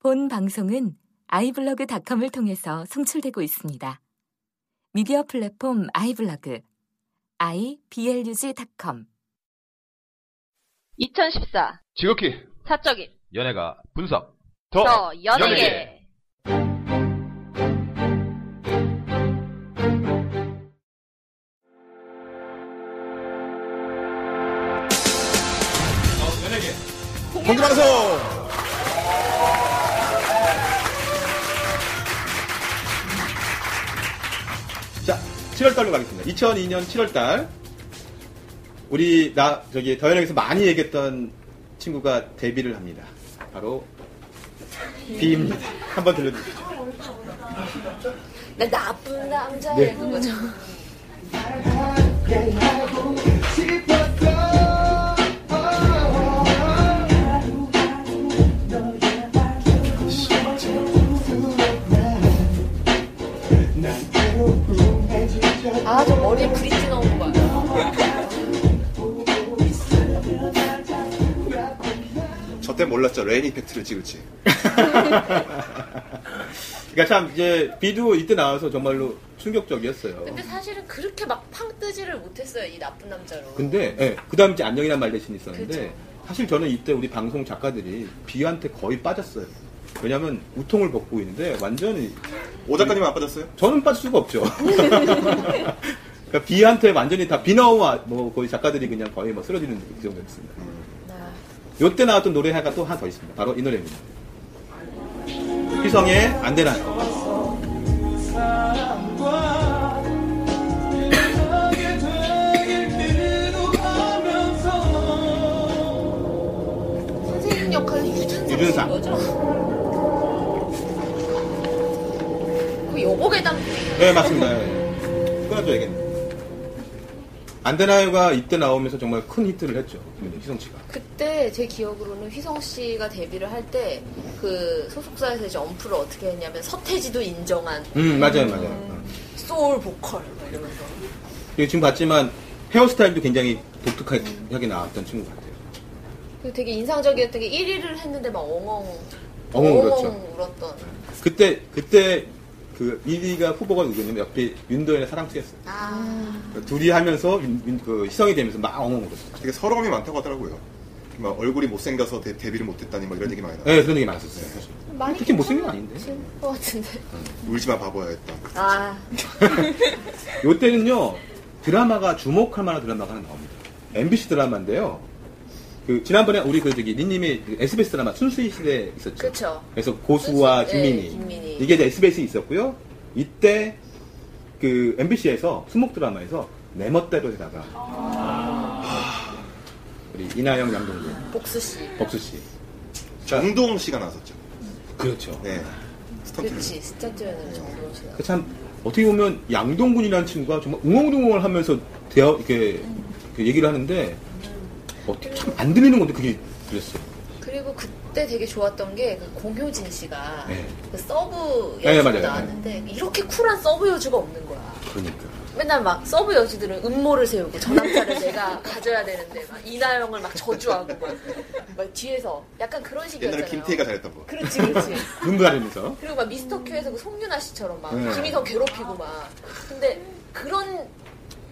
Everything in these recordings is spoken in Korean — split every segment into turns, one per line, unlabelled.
본 방송은 아이블로그닷컴을 통해서 송출되고 있습니다. 미디어 플랫폼 아이블로그 iblog.com
2014
지극히
사적인
연예가 분석 더,
더 어, 연예계
공개방송 자 7월달로 가겠습니다 2002년 7월달 우리 나 저기 더현에서 많이 얘기했던 친구가 데뷔를 합니다 바로 B입니다 한번 들려주시죠
나 나쁜 남자예요. 그거죠. 아, 저 머리에 브릿지 넣은 거야.
저 때 몰랐죠 레인 이펙트를 찍을지 그러니까 참 이제 B도 이때 나와서 정말로 충격적이었어요
근데 사실은 그렇게 막 팡 뜨지를 못했어요, 이 나쁜 남자로.
근데 그 다음 이제 안녕이란 말 대신 있었는데
그쵸.
사실 저는 이때 우리 방송 작가들이 비한테 거의 빠졌어요. 왜냐면 우통을 벗고 있는데 완전히
오 작가님 안 빠졌어요?
저는 빠질 수가 없죠. 그러니까 비한테 완전히 다 비나오와 뭐 거의 작가들이 그냥 거의 뭐 쓰러지는 그 정도였습니다.
아,
요때 나왔던 노래 하나가 또 하나 더 있습니다. 바로 이 노래입니다. 휘성의 안 되나.
선생님 역할은 유준상
유준상.
거죠? 그 여고괴담
네, 맞습니다. 예. 끊어줘야겠네. 안 되나요가 이때 나오면서 정말 큰 히트를 했죠. 휘성 씨가.
그때 제 기억으로는 휘성 씨가 데뷔를 할 때 그 소속사에서 이제 언프를 어떻게 했냐면 서태지도 인정한
음, 맞아요, 맞아요.
소울 보컬 막 이러면서
그리고 지금 봤지만 헤어스타일도 굉장히 독특하게 나왔던 친구 같아요.
그리고 되게 인상적이었던 게 1위를 했는데 막 엉엉
엉엉 울었죠.
울었던
그때 그때 그 1위가 후보가 누구냐면 옆에 윤도현의 사랑투였어요.
아
둘이 하면서 윤- 윤- 그 희성이 되면서 막 엉엉 울었어요.
되게 서러움이 많다고 하더라고요. 막 얼굴이 못생겨서 데, 데뷔를 못했다니 막 이런 얘기 많이 나요.
네, 그런 얘기 많았었어요. 사실.
많이
특히 못생긴 건 아닌데.
괜찮은 것 같은데
울지 마 바보야 했다.
아
요때는요 드라마가 주목할 만한 드라마가 하나 나옵니다. MBC 드라마인데요. 그 지난번에 우리 그 저기 니님이 그 SBS 드라마 순수의 시대 있었죠.
그쵸.
그래서 고수와
순수,
김민희.
네, 김민희.
이게 이제 SBS 에 있었고요. 이때 그 MBC에서 수목 드라마에서 내 멋대로에다가
아.
우리 이나영 양동근
복수 씨
법수 씨.
정동 씨가 나섰죠.
그렇죠.
네. 스턴트를.
그렇지 스타트에는 정도로 지나
그참 어떻게 보면 양동근이라는 친구가 정말 웅엉웅엉을 하면서 대화 이렇게 그 얘기를 하는데 어떻게 참 안 들리는 건데 그게 들렸어요.
그리고 그때 되게 좋았던 게 그 공효진 씨가
네.
그 서브
네,
여주
맞아요.
나왔는데 이렇게 쿨한 서브 여주가 없는 거야.
그러니까.
맨날 막 서브 여주들은 음모를 세우고 저 남자를 내가 가져야 되는데 막 이나영을 막 저주하고 막, 막 뒤에서 약간 그런 식이었잖아요.
옛날에 김태희가 잘했던 거.
그렇죠. 그렇지 그렇지.
눈물 가리면서.
그리고 막 미스터 큐에서 그 송윤아 씨처럼 막
네.
김희성 괴롭히고 막 근데 그런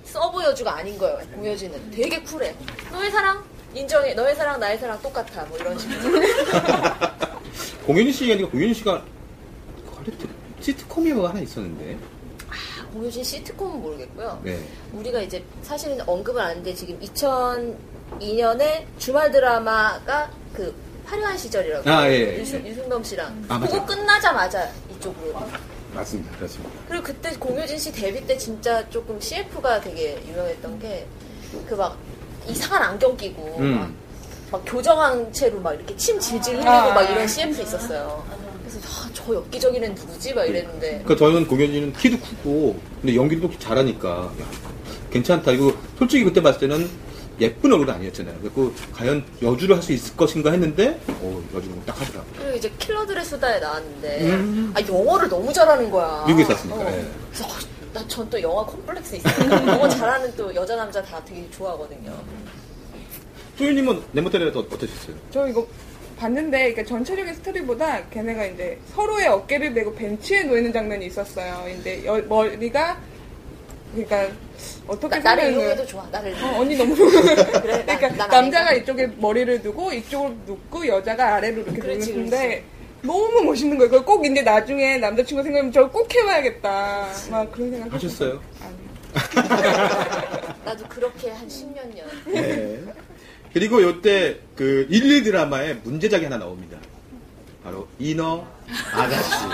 서브 여주가 아닌 거예요. 공효진은 되게 쿨해. 너의 사랑 인정해. 너의 사랑 나의 사랑 똑같아. 뭐 이런 식으로.
공윤희 씨가 아니라 공윤희 씨가 원래 시트콤이 뭐 하나 있었는데.
공효진 시트콤은 모르겠고요.
네.
우리가 이제 사실은 언급은 안 했는데 지금 2002년에 주말 드라마가 그 화려한 시절이라고
아, 예, 예.
유승, 유승범 씨랑
아, 맞아요.
그거 끝나자마자 이쪽으로
맞습니다. 그렇습니다.
그리고 그때 공효진 씨 데뷔 때 진짜 조금 CF가 되게 유명했던 게 그 막 이상한 안경 끼고 막,
음.
막 교정한 채로 막 이렇게 침 질질 흘리고 막 이런 CF 있었어요. 그래서 아, 저 엽기적인 애는 누구지? 막 이랬는데
그러니까 저는 공연이는 키도 크고 근데 연기도 잘하니까 야, 괜찮다 이거 솔직히 그때 봤을 때는 예쁜 얼굴 아니었잖아요. 그래서 과연 여주를 할 수 있을 것인가 했는데 오 여주는 딱 하더라. 고
그리고 이제 킬러들의 수다에 나왔는데
음.
아 영어를 너무 잘하는 거야.
미국에서 왔으니까,
어.
예.
그래서 나 전 또 영화 콤플렉스 있으니까 영어 잘하는 또 여자 남자 다 되게 좋아하거든요.
소유님은 네모텔에서 어떠셨어요?
저 이거 봤는데 그러니까 전체적인 스토리보다 걔네가 이제 서로의 어깨를 메고 벤치에 놓이는 장면이 있었어요. 근데 여- 머리가 그러니까 어떻게
나, 나를
설명을-
이용해도 좋아. 나를 이용해.
어, 언니 너무
그래, 난-
그러니까
난 아니다.
남자가 이쪽에 머리를 두고 이쪽으로 눕고 여자가 아래로 이렇게
그렇지,
누는데 너무 멋있는 거예요. 그걸 꼭 이제 나중에 남자친구 생각하면 저걸 꼭 해봐야겠다. 막 그런 생각
하셨어요?
아니요.
나도 그렇게 한 10년 년.
네. 그리고 요때 그 일일 드라마에 문제작이 하나 나옵니다. 바로 인어 아가씨.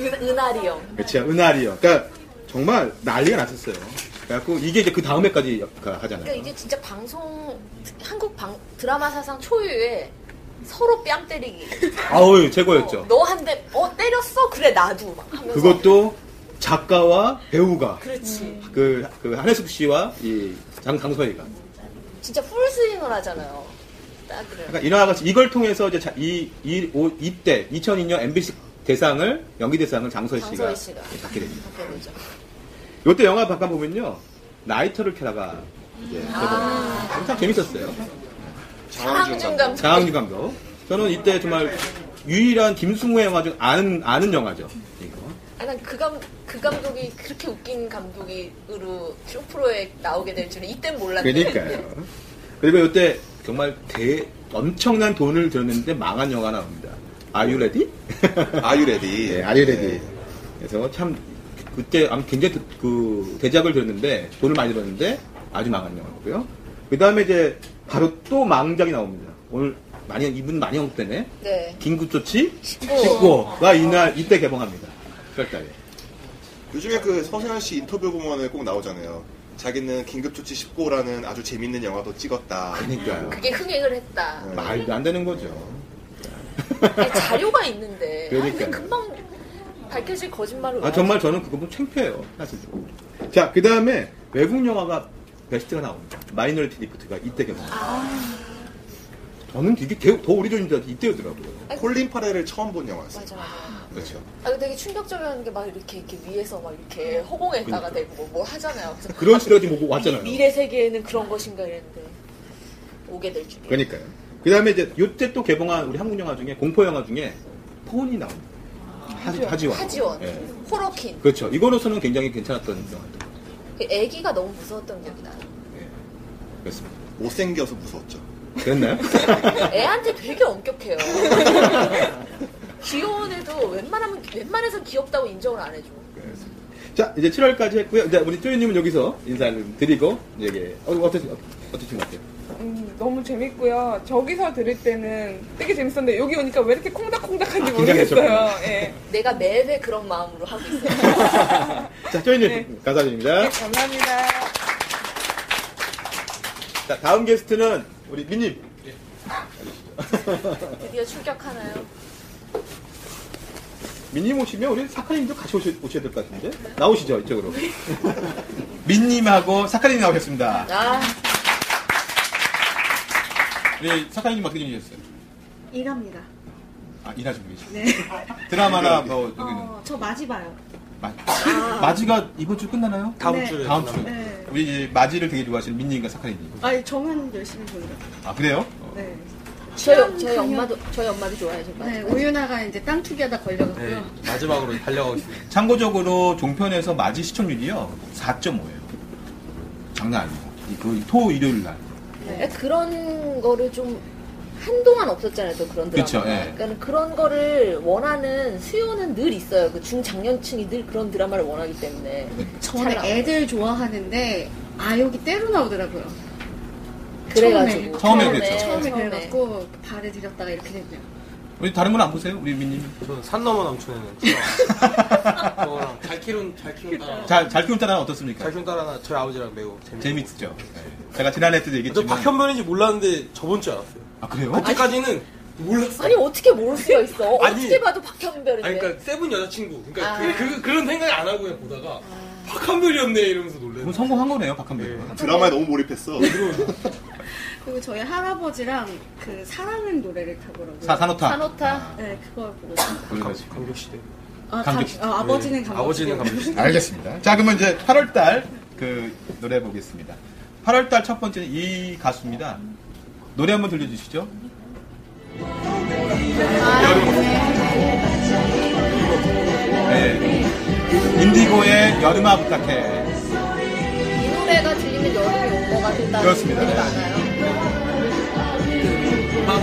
은, 은하리 형.
그치, 은하리요. 그니까, 정말 난리가 났었어요. 그래갖고, 이게 이제 그 다음에까지 하잖아요.
그러니까 이게 진짜 방송 한국 방, 드라마 사상 초유의 서로 뺨 때리기.
아우, 최고였죠.
너 한 대, 어, 때렸어? 그래, 나도. 막 하면서.
그것도 작가와 배우가,
그렇지.
그, 그, 한혜숙 씨와 이 장, 강서희가.
진짜 풀스윙을 하잖아요. 딱 그래요.
그러니까 인어 아가씨, 이걸 통해서 이제 자- 이, 이, 오, 이때, 2002년 MBC 대상을, 연기 대상을 장서희 씨가,
장서희 씨가.
받게 됩니다.
그렇게 되죠.
요때 영화 바깥 보면요, 나이터를 캐다가, 이제, 아~ 엄청 재밌었어요.
장항준 감독.
장항준 감독. 저는 이때 정말 유일한 김승우의 영화 중 아는, 아는 영화죠. 이거.
아, 난그 감, 그 감독이 그렇게 웃긴 감독이로 쇼프로에 나오게 될 줄은 이땐 몰랐는데.
그러니까요. 그리고 이때 정말 대, 엄청난 돈을 들였는데 망한 영화 나옵니다. Are you ready?
네.
아유레디.
예, Are you ready?
네.
그래서 참, 그때 아마 굉장히 그- 그 대작을 들였는데, 돈을 많이 들었는데, 아주 망한 영화고요. 그 다음에 이제 바로 또 망작이 나옵니다. 오늘 많이, 이분 많이 언급되네.
네.
긴급조치
십구.
19가 이날 이때 개봉합니다. 10월달에.
요즘에 그 서세현 씨 인터뷰 보면은 꼭 나오잖아요. 자기는 긴급조치 19라는 아주 재밌는 영화도 찍었다.
그러니까요.
그게 흥행을 했다.
네.
말도 안 되는 거죠.
아니, 자료가 있는데.
그러니까요.
아, 근데 금방 밝혀질 거짓말을.
아 정말 저는 그거 보면 창피해요. 사실. 자, 그 다음에 외국 영화가 베스트가 나옵니다. 마이너리티 리프트가 이때 개봉.
아.
저는 이게 개- 더 오래전인 줄 알았는데 이때였더라고요.
콜린 파레를 처음 본 영화였어요.
맞아, 맞아.
그렇죠.
아, 근데 되게 충격적이었는 게 막 이렇게, 이렇게 위에서 막 이렇게 허공에다가 대고 뭐 하잖아요. 그래서
그런 시대가 지금 오고 왔잖아요.
미- 미래 세계에는 그런 것인가 이랬는데. 오게 될 줄이야.
그러니까요. 그 다음에 이제 요때 또 개봉한 우리 한국 영화 중에 공포 영화 중에 폰이 나옵니다. 아, 하- 하지원.
하지원,
예.
호로킨.
그렇죠. 이거로서는 굉장히 괜찮았던 영화입니다.
그 애기가 너무 무서웠던 기억이 나.
그렇습니다.
못생겨서 무서웠죠.
그랬나요?
애한테 되게 엄격해요. 귀여운 애도 웬만하면 웬만해서 귀엽다고 인정을 안 해줘.
자, 이제 7월까지 했고요. 이제 우리 쪼이님은 여기서 인사를 드리고, 이제, 어, 어떠신, 어, 어떠신 것 같아요?
음, 너무 재밌고요. 저기서 들을 때는 되게 재밌었는데 여기 오니까 왜 이렇게 콩닥콩닥한지
아,
모르겠어요.
긴장되셨구나.
예.
내가 매회 그런 마음으로 하고 있어요.
자, 쪼이님,
네.
감사드립니다.
감사합니다.
자, 다음 게스트는 우리 민님.
드디어 출격하나요?
민님 오시면 우리 사카님도 같이 오셔, 오셔야 될 것 같은데? 나오시죠, 이쪽으로. 민님하고 사카님 나오셨습니다.
아,
우리 네, 사카님 어떻게 지내셨어요?
일합니다.
아, 일하시고 계시죠?
네.
드라마나 뭐, 여기는.
어, 저 마지 봐요.
마, 마지가 이번 주 끝나나요?
다음 네. 주에
다음 주.
네.
우리 이제 마지를 되게 좋아하시는 민님과 사카님.
아니, 저만 열심히 보느라.
아, 그래요? 어.
네.
저희 저희 엄마도 저희 엄마도 좋아해요. 저희
네,
엄마.
우유나가 이제 땅 투기하다 걸려갖고요.
마지막으로 달려가고 있습니다.
참고적으로 종편에서 마지 시청률이요 4.5예요. 장난 아니고 그토 일요일 날.
네. 그런 거를 좀 한동안 없었잖아요. 또 그런 드라마.
그쵸, 예.
그러니까 그런 거를 원하는 수요는 늘 있어요. 그 중장년층이 늘 그런 드라마를 원하기 때문에.
저는
잘
애들 좋아하는데, 아욕이 때로 나오더라고요.
그래가지고
처음에 그랬죠.
처음에 그래갖고, 발을 들였다가 이렇게 됐네요.
우리 다른 건 안 보세요, 우리 민님?
저는 산 넘어 남촌에는 저랑 잘 키운 잘 키운 딸, 잘,
잘잘 키운 딸은 어떻습니까?
키운 딸 하나 저희 아버지랑 매우 재밌.
재밌죠. 네. 제가 지난해 때도
저
얘기했지만.
박현면인지 몰랐는데 저번 줄 알았어요.
아 그래요?
그때까지는 몰랐어.
아니 어떻게 모를 수가 있어?
아니.
어떻게 봐도 박현별인데.
아니 그러니까 세븐 여자친구. 그러니까
아.
그, 그, 런 생각이 안 하고 그냥 보다가 박한별이었네 이러면서 놀래.
그럼 성공한 거네요, 박한별.
드라마에 너무 몰입했어.
네.
그리고 저희 할아버지랑 그 사랑은 노래를 타보라고.
사 산호타.
산호타.
네, 그걸 보고.
그래가지고.
감격 시대.
아,
감독.
감- 어, 아버지는 감독.
네. 아버지는 감격 시대.
알겠습니다. 자 그러면 이제 8월 달그 노래 보겠습니다. 8월 달 첫 번째는 이 가수입니다. 노래 한번 들려주시죠.
아,
네. 인디고의 여름아 부탁해.
이 노래가 들리면 여름이 온 것 같다는
그렇습니다.
분들이 많아요.
막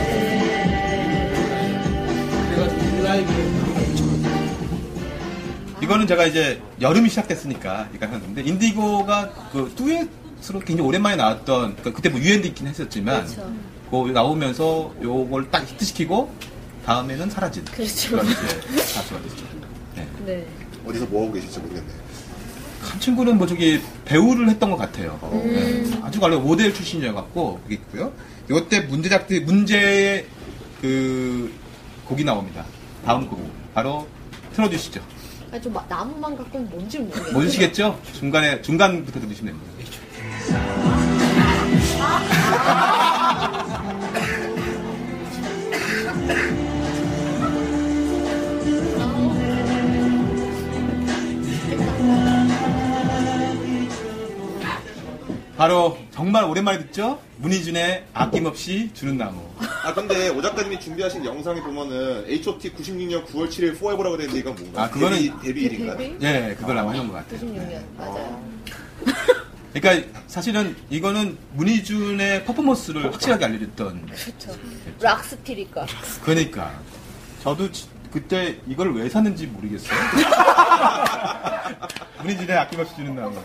그래가지고 라이브
이거는 제가 이제 여름이 시작됐으니까 이거 하는데 인디고가 그 듀엣으로 굉장히 오랜만에 나왔던 그때뭐 유엔도 있긴 했었지만 그 나오면서 요걸 딱 히트시키고 다음에는 사라진 그렇죠. 런 이제 가수가 됐죠. 네.
네.
어디서 뭐하고 계실지 모르겠네요.
한 친구는 뭐 저기 배우를 했던 것 같아요. 네. 아주 원래 모델 출신이어갖고 그게 있고요. 이때 문제작 문제의 그 곡이 나옵니다. 다음 곡 바로 틀어주시죠.
아니, 좀 마- 나무만 갖고 는 뭔지 모르겠어요.
모르시겠죠? 중간에 중간부터 들으시면 됩니다. 바로 정말 오랜만에 듣죠? 문희준의 아낌없이 주는 나무.
아 근데 오 작가님이 준비하신 영상에 보면은 H.O.T. 96년 9월 7일 Forever라고 되는데 이건 뭔가
아, 그거는-
데뷔, 데뷔일인가요?
예, 그걸 아마 해놓은 것 같아요.
96년 맞아요.
그러니까 사실은 이거는 문희준의 퍼포먼스를 확실하게 알려줬던
락스틸이니까.
그러니까 저도 지- 그때 이걸 왜 샀는지 모르겠어요. 우리 집에 아낌없이 주는 나무.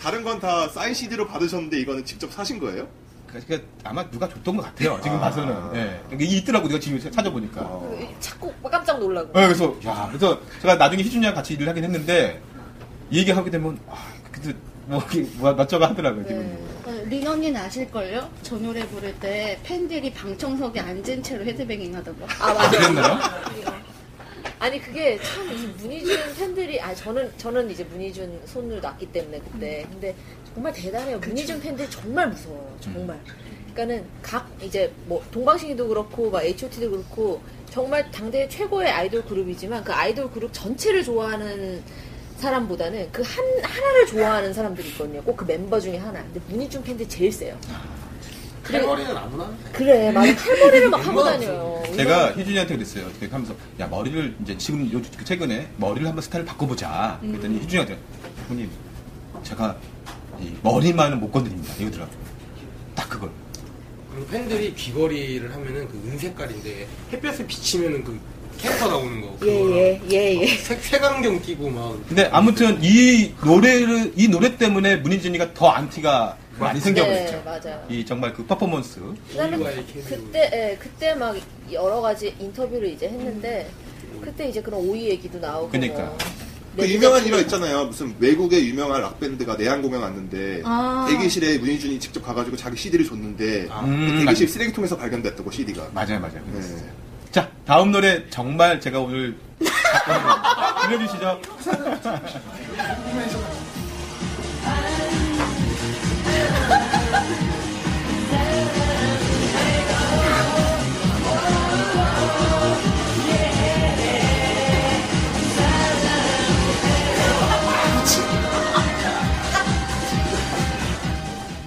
다른 건 다 사인 CD로 받으셨는데 이거는 직접 사신 거예요?
그러니까 아마 누가 줬던 것 같아요. 지금
아.
봐서는. 예. 이게 있더라고 내가 지금 찾아보니까.
어. 자꾸 그, 깜짝 놀라고.
예, 그래서 야, 그래서 제가 나중에 희준이랑 같이 일을 하긴 했는데 이 얘기하게 되면 아, 그때 뭐 이게 뭐가 어쩌고 하더라고요 기분이.
어, 린 언니는 아실걸요? 저 노래 부를 때 팬들이 방청석에 앉은 채로 헤드뱅잉 하다고.
아
아,
맞아요.
그랬나요?
아니 그게 참 이 문희준 팬들이 아 저는 저는 이제 문희준 손을 놨기 때문에 그때 근데 정말 대단해요 문희준 팬들이 정말
음.
무서워요 정말 그러니까는 각 이제 뭐 동방신기도 그렇고 막 H.O.T.도 그렇고 정말 당대 최고의 아이돌 그룹이지만 그 아이돌 그룹 전체를 좋아하는 사람보다는 그 한 하나를 좋아하는 사람들이 있거든요 꼭 그 멤버 중에 하나 근데 문희준 팬들이 제일 세요
칼머리는 아무나 하는 거야.
그래 막 탈머리를 막 하고
멤버가
다녀요
제가 희준이한테 그랬어요. 이렇게 하면서 야 머리를 이제 지금 요 최근에 머리를 한번 스타일 바꿔보자. 그랬더니
음.
희준이한테 형님 제가 이 머리만은 못 건드립니다. 이러더라고. 딱 그걸.
그리고 팬들이 귀걸이를 하면은 그 은색깔인데 햇볕에 비치면은 그 캐릭터 나오는 거. 그거랑
예예예 예, 예.
색 색안경 끼고 막.
근데 아무튼 이 노래를 이 노래 때문에 문희준이가 더 안티가 많이 생겨버렸죠.
네, 맞아요.
이 정말 그 퍼포먼스.
나는
이유가 이렇게
그때 예, 그때 막 여러 가지 인터뷰를 이제 했는데 그때 이제 그런 오이 얘기도 나오고
그러니까.
뭐.
그 유명한 일화 있잖아요. 무슨 외국의 유명한 락밴드가 내한 공연 왔는데
아.
대기실에 문희준이 직접 가가지고 자기 CD를 줬는데
아.
음,
그 대기실
맞아요. 음.
쓰레기통에서 발견됐다고 CD가.
맞아요, 맞아요.
네.
그랬어요. 자, 다음 노래 정말 제가 오늘 들려주시죠.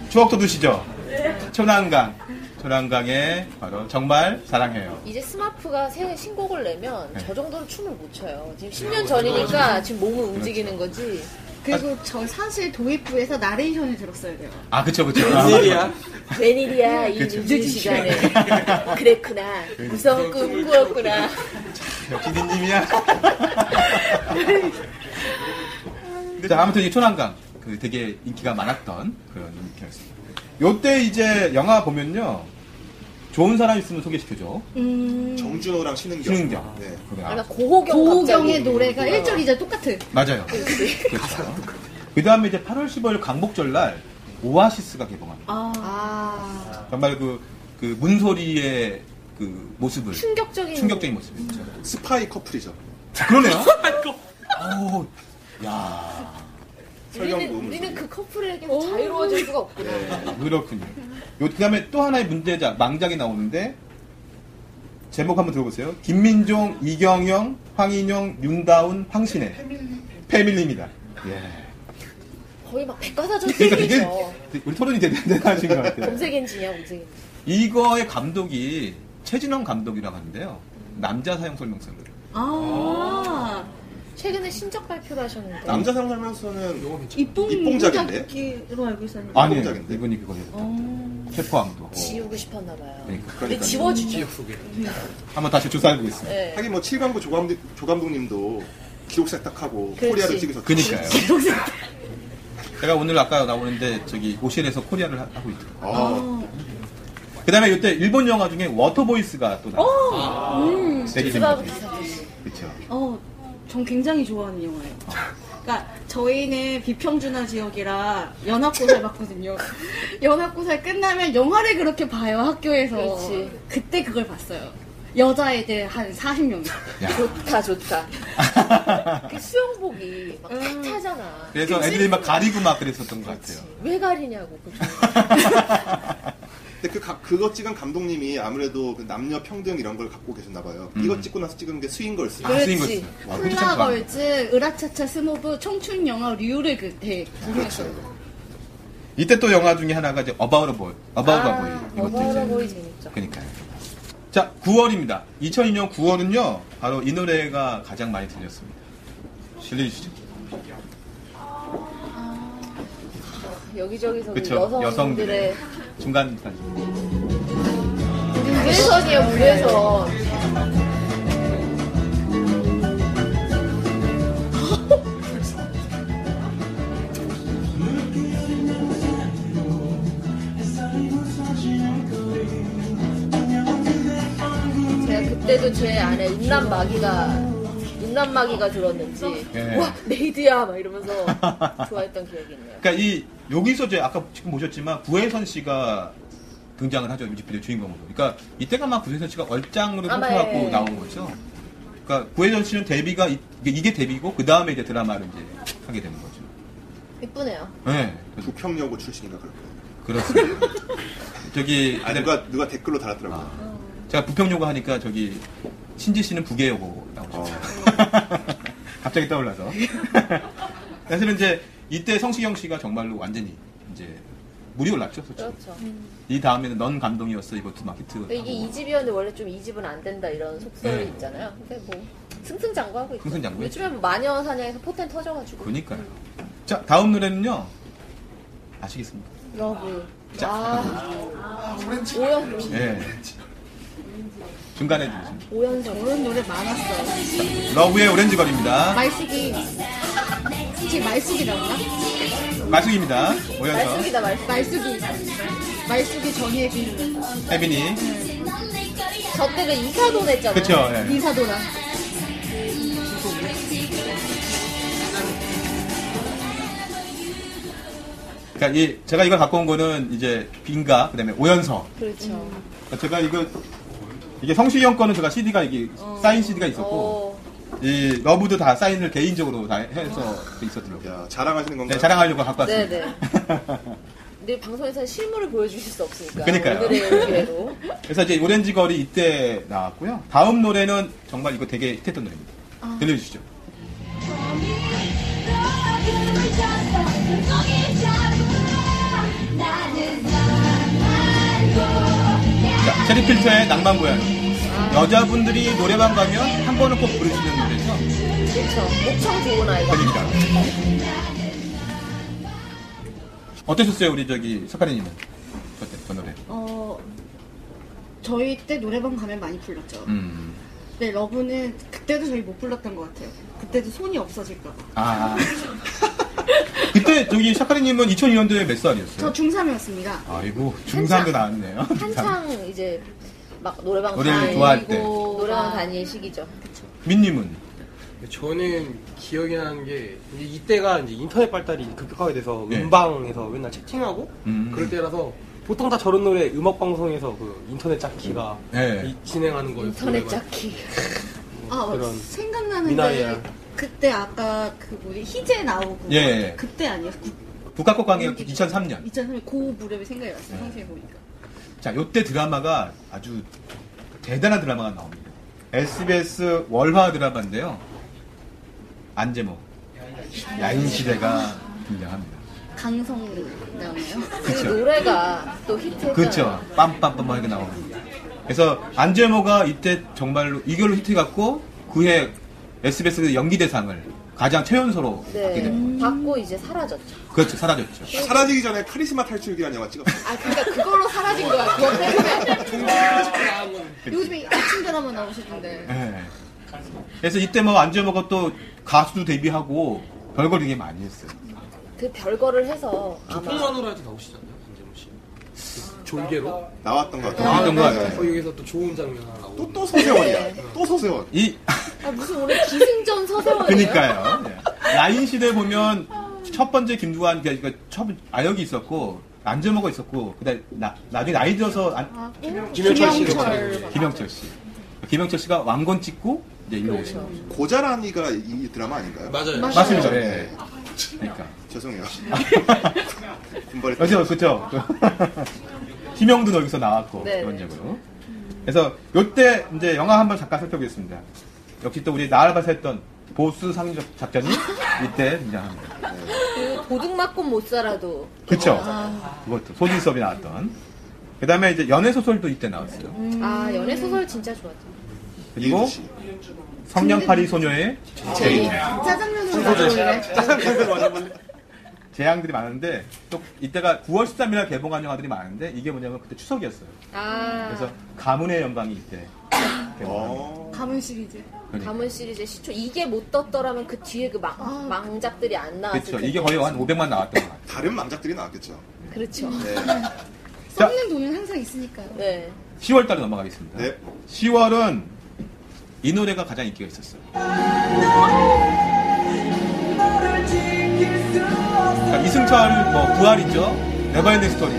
추억도 두시죠. 초난강, 초난강의 바로 정말 사랑해요.
그 이제 스마프가 새 신곡을 내면 저 정도로 춤을 못 춰요. 지금 10년
맞아요.
전이니까 지금 몸을 움직이는 거지.
그리고 저 사실 도입부에서 나레이션을 들었어야 돼요.
아, 그쵸, 그쵸.
웬일이야?
웬일이야 이
그쵸.
늦은 시간에 그랬구나 무서운 꿈 꾸었구나
역시 니님이야. 자, 아무튼 이 초난강. 그 되게 인기가 많았던 그런 인기였습니다. 요때 이제 영화 보면요. 좋은 사람 있으면 소개시켜줘.
정준호랑 신은경.
신은경.
네.
그거
아마
아,
고호경
고호경의
갑자기
노래가 1절, 2절 똑같은.
맞아요. 그렇죠. 그 다음에 이제 8월 15일 강목절 날 오아시스가 개봉합니다.
아
정말 그, 그 문소리의 그 모습을.
충격적인
충격적인 모습이죠.
스파이 커플이죠.
그러네요. 아우, 야
우리는,
설명
우리는 그 커플에게 자유로워질 수가 없구나
네, 그렇군요. 요, 그 다음에 또 하나의 문제자, 망작이 나오는데, 제목 한번 들어보세요. 김민종, 이경영, 황인영, 윤다운, 황신혜. 패밀리입니다. 예.
거의 막 백과사전
그러니까 이게,
세계죠
우리 토론이 되게 대단하신 것 같아요.
검색 엔지냐 검색 엔지
이거의 감독이 최진원 감독이라고 하는데요. 남자 사용 설명서를.
아,
최근에 신작 발표를 하셨는데
남자 상 설명서는
음.
요거 괜찮아.
이뽕
입봉작인데?
입봉작기로 알고 있었는데.
아.
아니에요.
작품작인데?
이분이 그거예요.
어.
체포왕도.
지우고 싶었나 봐요.
그러니까.
근데
그러니까요.
지워주죠.
지역 소개.
한번 다시 조사하고 있습니다.
네.
하긴 뭐 칠광구 조감, 조감독님도 기록 세탁하고
그렇지.
코리아를 찍으셨죠.
그니까요. 제가 오늘 아까 나오는데 저기 오실에서 코리아를 하- 하고 있더라고요.
아,
어,
그다음에 이때 일본 영화 중에 워터보이스가 또 나왔어요. 되게
수바부
재밌어요.
기사 듯이.
그렇죠.
어, 전 굉장히 좋아하는 영화예요. 그러니까 저희는 비평준화 지역이라 연합고사 봤거든요. 연합고사 끝나면 영화를 그렇게 봐요 학교에서.
그렇지.
때 그걸 봤어요. 여자애들 한 40명.
좋다 좋다. 음. 그 수영복이 막 탁하잖아.
그래서 애들이 막 가리고 막 그랬었던 것 같아요.
왜 가리냐고 그죠?
근데 그 가- 그거 찍은 감독님이 아무래도 그 남녀 평등 이런 걸 갖고 계셨나 봐요.
음.
이거 찍고 나서 찍은 게 스윙걸스.
아, 쓰인 거
그렇지.
있어요. 와, 그것도 참 좋아하네.
콜라걸즈, 으라차차 스모브, 청춘 영화 류를 그때
그렇죠.
구매했어요.
그렇죠.
이때 또 영화 중에 하나가 이제 어바웃 어보이. 어바웃 어보이. 이것도
어머나
이제
보이 재밌죠.
그러니까요. 자, 9월입니다. 2002년 9월은요. 바로 이 노래가 가장 많이 들렸습니다. 실례주시죠.
여기저기서 그
그쵸,
여성들의
여성들의. 중간까지.
무대선이에요 무대선. 제가 그때도 제 안에 음란마귀가 음란마귀가 들었는지
예.
와 메이드야 막 이러면서 좋아했던 기억이 있네요.
그러니까 이 여기서 이제 아까 지금 보셨지만 구혜선 씨가 등장을 하죠 뮤직비디오 주인공으로. 그러니까 이때가 막 구혜선 씨가 얼짱으로
아마
뽑혀갖고
예.
나온 거죠. 그러니까 구혜선 씨는 데뷔가 이- 이게, 이게 데뷔고 그 다음에 이제 드라마를 이제 하게 되는 거죠.
이쁘네요.
네,
부평여고 출신인가 그럴 거예요.
그렇습니다. 저기
아, 누가 누가 댓글로
아.
달았더라고요.
제가 부평요구 하니까 저기 신지 씨는 부계요구 나오죠. 갑자기 떠올라서. 사실은 이제 이때 성시경 씨가 정말로 완전히 이제 물이 올랐죠, 솔직히.
그렇죠.
이 다음에는 넌 감동이었어 이거 투마키트
근데 이게
하고.
이 집이었는데 원래 좀 이 집은 안 된다 이런 속설이
네.
있잖아요. 근데 뭐 승승장구하고 있죠.
승승장구했죠.
요즘에 뭐 마녀 사냥에서 포텐 터져가지고.
그러니까요 자 다음 노래는요 아시겠습니까
러브.
자.
아, 오연
예 중간에 들으신
오연성.
그런 노래 많았어요.
러브의 오렌지 걸입니다
말쓰기. 혹시 말쓰기라고 하나?
말숙입니다 오연서
말숙이다 말숙.
말쓰기. 말쓰기 전예빈.
혜빈이
네. 저 때는 이사돈 했잖아요.
그쵸 예.
미사도라.
그러니까 이, 제가 이걸 갖고 온 거는 이제 빈가 그다음에 오연서
그렇죠.
그러니까 제가 이거 이게 성시경 거는 제가 CD가 이게 사인 CD가 있었고
어,
이 러브도 다 사인을 개인적으로 다 해서
아.
있었더라고요
야, 자랑하시는 건가요?
네, 자랑하려고 갖고 왔습니다
네, 근데 방송에서는 실물을 보여주실 수 없으니까.
그러니까요.
오늘의 기회로.
그래서 이제 오렌지 거리 이때 나왔고요. 다음 노래는 정말 이거 되게 히트했던 노래입니다. 들려주시죠. 자, 체리필터의 낭만 고양이. 여자분들이 노래방 가면 한 번은 꼭 부르시는 노래죠.
그렇죠. 목청 좋은 아이가.
그러니까. 어떠셨어요, 우리 저기 석가리님은? 저, 때, 저 노래.
어, 저희 때 노래방 가면 많이 불렀죠.
음.
근데 러브는 그때도 저희 못 불렀던 것 같아요. 그때도 손이 없어질까봐.
아. 그때 저기 샤카리님은 2002년도에 몇
저
살이었어요?
중3이었습니다.
아이고 중상도 나왔네요.
한창 이제 막 노래방
노래를
다니고
좋아할 때.
노래방 다니는 시기죠.
민님은
저는 기억이 나는 게 이제 이때가 이제 인터넷 발달이 급격하게 돼서
네.
음방에서 맨날 채팅하고
음.
그럴 때라서 보통 다 저런 노래 음악 방송에서 그 인터넷 짝키가
네.
이- 진행하는 거예요.
인터넷 짝키.
아, 어,
그런
생각나는데
미나야.
그때 아까 그 뭐지 희재 나오고
예, 예.
그때 아니에요?
북한국 광역
네.
2003년. 네.
2003년 고 무렵이 생각이 났어요. 상세 보니까.
자, 요때 드라마가 아주 대단한 드라마가 나옵니다. SBS 월화 드라마인데요. 안재모 야인 시대가 등장합니다.
강성루 나오나요?
그
그렇죠.
노래가 또 히트했잖아요.
그렇죠. 빰빰빰 하게 나옵니다. 그래서 안재모가 이때 정말로 이걸로 히트해갖고 그해 SBS 연기대상을 가장 최연소로 받게
네.
됩니다.
받고 이제 사라졌죠.
그렇죠. 사라졌죠.
사라지기 전에 카리스마 탈출기라는 영화 찍었어요.
아, 그러니까 그걸로 사라진 거야. 그것 때문에.
그
요즘에 아침 드라마 나오시던데.
예. 그래서 이때 뭐 안재모가 또 가수도 데뷔하고 별걸 되게 많이 했어요.
그 별거를 해서 아마
풍선으로라도 나오시지 않나요? 김재무 씨? 그 졸개로?
나왔던 것 같아요. 네.
나왔던 것 같아요.
어, 여기서 또 좋은 장면 하나 나오고.
또, 또 서세원이야. 또 서세원.
이
아, 무슨 오늘 기승전 서세원이에요.
그니까요. 예. 라인 시대 보면 첫 번째 김두한 그러니까 첫 아역이 있었고 안재모가 있었고 그다음 나 나중에 나이 들어서 안-
아,
김영철 씨
김영철.
김영철 씨. 김영철 씨가 왕건 찍고 이제 일로 오신 거죠.
그렇죠.
고자란이가 이 드라마 아닌가요?
맞아요.
맞-
맞습니다.
맞아요.
예. 그러니까.
죄송해요. 군발이
그렇죠, 그렇죠. 김영도 여기서 나왔고
네,
기본적으로. 그래서 요때 이제 영화 한번 잠깐 살펴보겠습니다. 역시 또 우리 나알바에서 했던 보스 상작 작전이 이때 등장합니다.
그 도둑 맞고 못 살아도.
그쵸? 그것도 소진섭이 나왔던. 그 다음에 이제 연애소설도 이때 나왔어요.
아, 연애 소설 진짜 좋았죠.
그리고 성냥팔이 소녀의
제이.
어? 짜장면으로 나오네.
재앙들이 많은데 또 이때가 9월 13일에 개봉한 영화들이 많은데 이게 뭐냐면 그때 추석이었어요.
아,
그래서 가문의 영광이 이때 개봉합니다.
어.
가문 시리즈.
그러니까.
네. 가문 시리즈 시초 이게 못 떴더라면 그 뒤에 그 망, 망작들이 안 나왔을
그렇죠. 이게 거의 한 500만 나왔던 것 같아요.
다른 망작들이 나왔겠죠.
그렇죠.
썩는 돈은 항상 있으니까요.
네.
10월 달로 넘어가겠습니다.
네.
10월은 이 노래가 가장 인기가 있었어요. 자, 이승철 뭐 부활이죠. 네버엔딩 스토리.